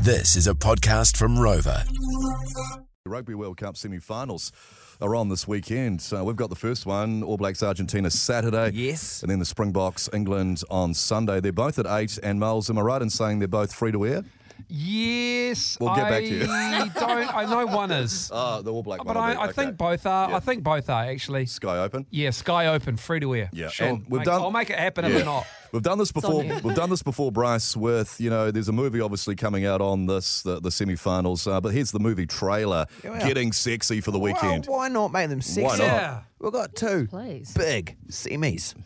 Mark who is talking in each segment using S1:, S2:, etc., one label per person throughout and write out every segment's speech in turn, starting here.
S1: This is a podcast from Rover.
S2: The Rugby World Cup semi-finals are on this weekend. So we've got the first one, All Blacks Argentina Saturday.
S3: Yes.
S2: And then the Springboks England on Sunday. They're both at eight. And Miles, am I right in saying they're both free to air?
S3: Yes,
S2: We'll get
S3: I
S2: back to you.
S3: don't. I know one is,
S2: Uh, the All Black
S3: Oh, but I, I think both are. I think both are actually.
S2: Sky open.
S3: Yeah, Sky Open, free to air.
S2: Yeah,
S3: sure.
S2: and we've
S3: Mate,
S2: done-
S3: I'll make it happen if
S2: Yeah.
S3: not.
S2: We've done this before.
S4: you.
S2: We've done this before, Bryce. With you know, there's a movie obviously coming out on this the, the semi-finals. Uh, but here's the movie trailer. Getting sexy for the weekend.
S5: Well, why not make them sexy?
S2: Why not?
S3: Yeah.
S5: We've got two
S4: Please.
S5: big semis.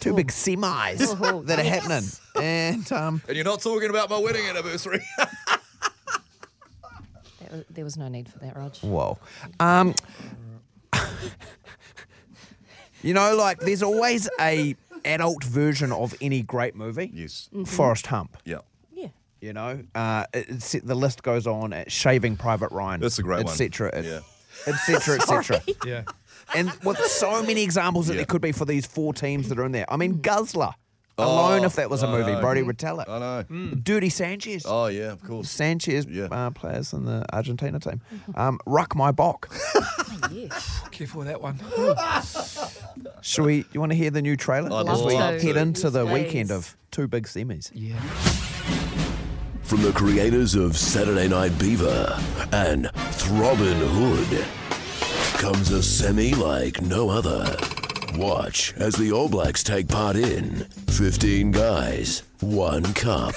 S5: Two big semis that are happening. And um,
S2: And you're not talking about my wedding anniversary.
S4: That was- There was no need for that, Rog.
S5: whoa. Um, you know, like there's always a adult version of any great movie.
S2: yes.
S5: Forrest Hump.
S2: Yeah.
S4: Yeah.
S5: You know, uh, it- it's, the list goes on at Shaving Private Ryan.
S2: That's a great one.
S5: etc.
S2: Yeah.
S5: Etc. Etc.
S3: Yeah.
S5: And with so many examples that
S2: Yeah. Oh,
S5: there could be for these four teams that are in there. I mean, Guzzler alone, if that was a movie, Brody would tell it.
S2: I know. Hmm.
S5: Dirty Sanchez.
S2: Oh yeah, of course.
S5: Sanchez
S2: Yeah.
S5: uh, players in the Argentina team. Um, Ruck my bock.
S4: Yes.
S3: Careful with that one.
S5: Should we? You want to hear the new trailer
S2: I'd
S5: as we
S4: love to.
S5: head into the
S4: Please.
S5: weekend of two big semis?
S3: Yeah.
S1: From the creators of Saturday Night Beaver and Throbbin' Hood comes a semi like no other. Watch as the All Blacks take part in 15 guys, one cup.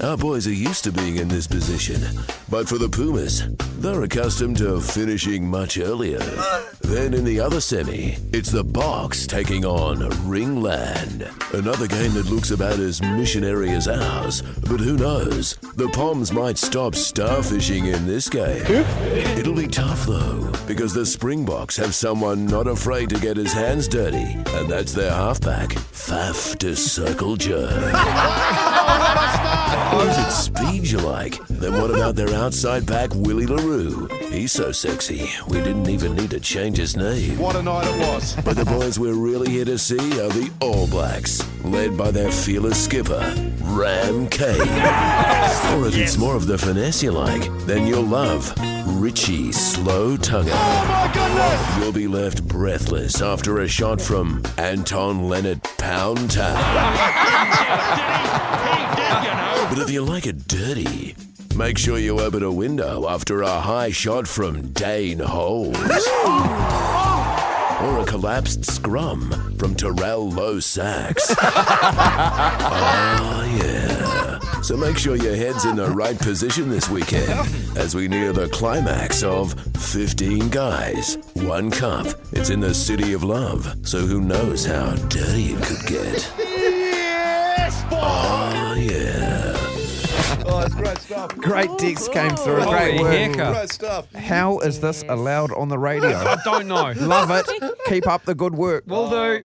S1: Our boys are used to being in this position, but for the Pumas, they're accustomed to finishing much earlier. Then in the other semi, it's the Box taking on Ringland. Another game that looks about as missionary as ours, but who knows? The Poms might stop starfishing in this game. It'll be tough though, because the Springboks have someone not afraid to get his hands dirty, and that's their halfback, Faf de Circle Jerk. Is it speed you like? Then what about their outside back, Willie LaRue? He's so sexy, we didn't even need to change his name. What a night it was. but the boys we're really here to see are the All Blacks, led by their fearless skipper, Ram K. or if it's more of the finesse you like, then you'll love Richie Slow Tonguer. You'll be left breathless after a shot from Anton Leonard Pound Town. But if you like it dirty, make sure you open a window after a high shot from Dane Holes. Or a collapsed scrum from Terrell Low Sacks. oh, yeah. So make sure your head's in the right position this weekend as we near the climax of 15 Guys, One Cup. It's in the City of Love, so who knows how dirty it could get. Oh, yeah.
S2: Oh, that's great stuff.
S5: Great dicks came through. Great
S3: Holy
S5: work.
S3: hecker.
S2: Great stuff.
S5: How is this allowed on the radio?
S3: I don't know.
S5: Love it. Keep up the good work.
S3: Will do.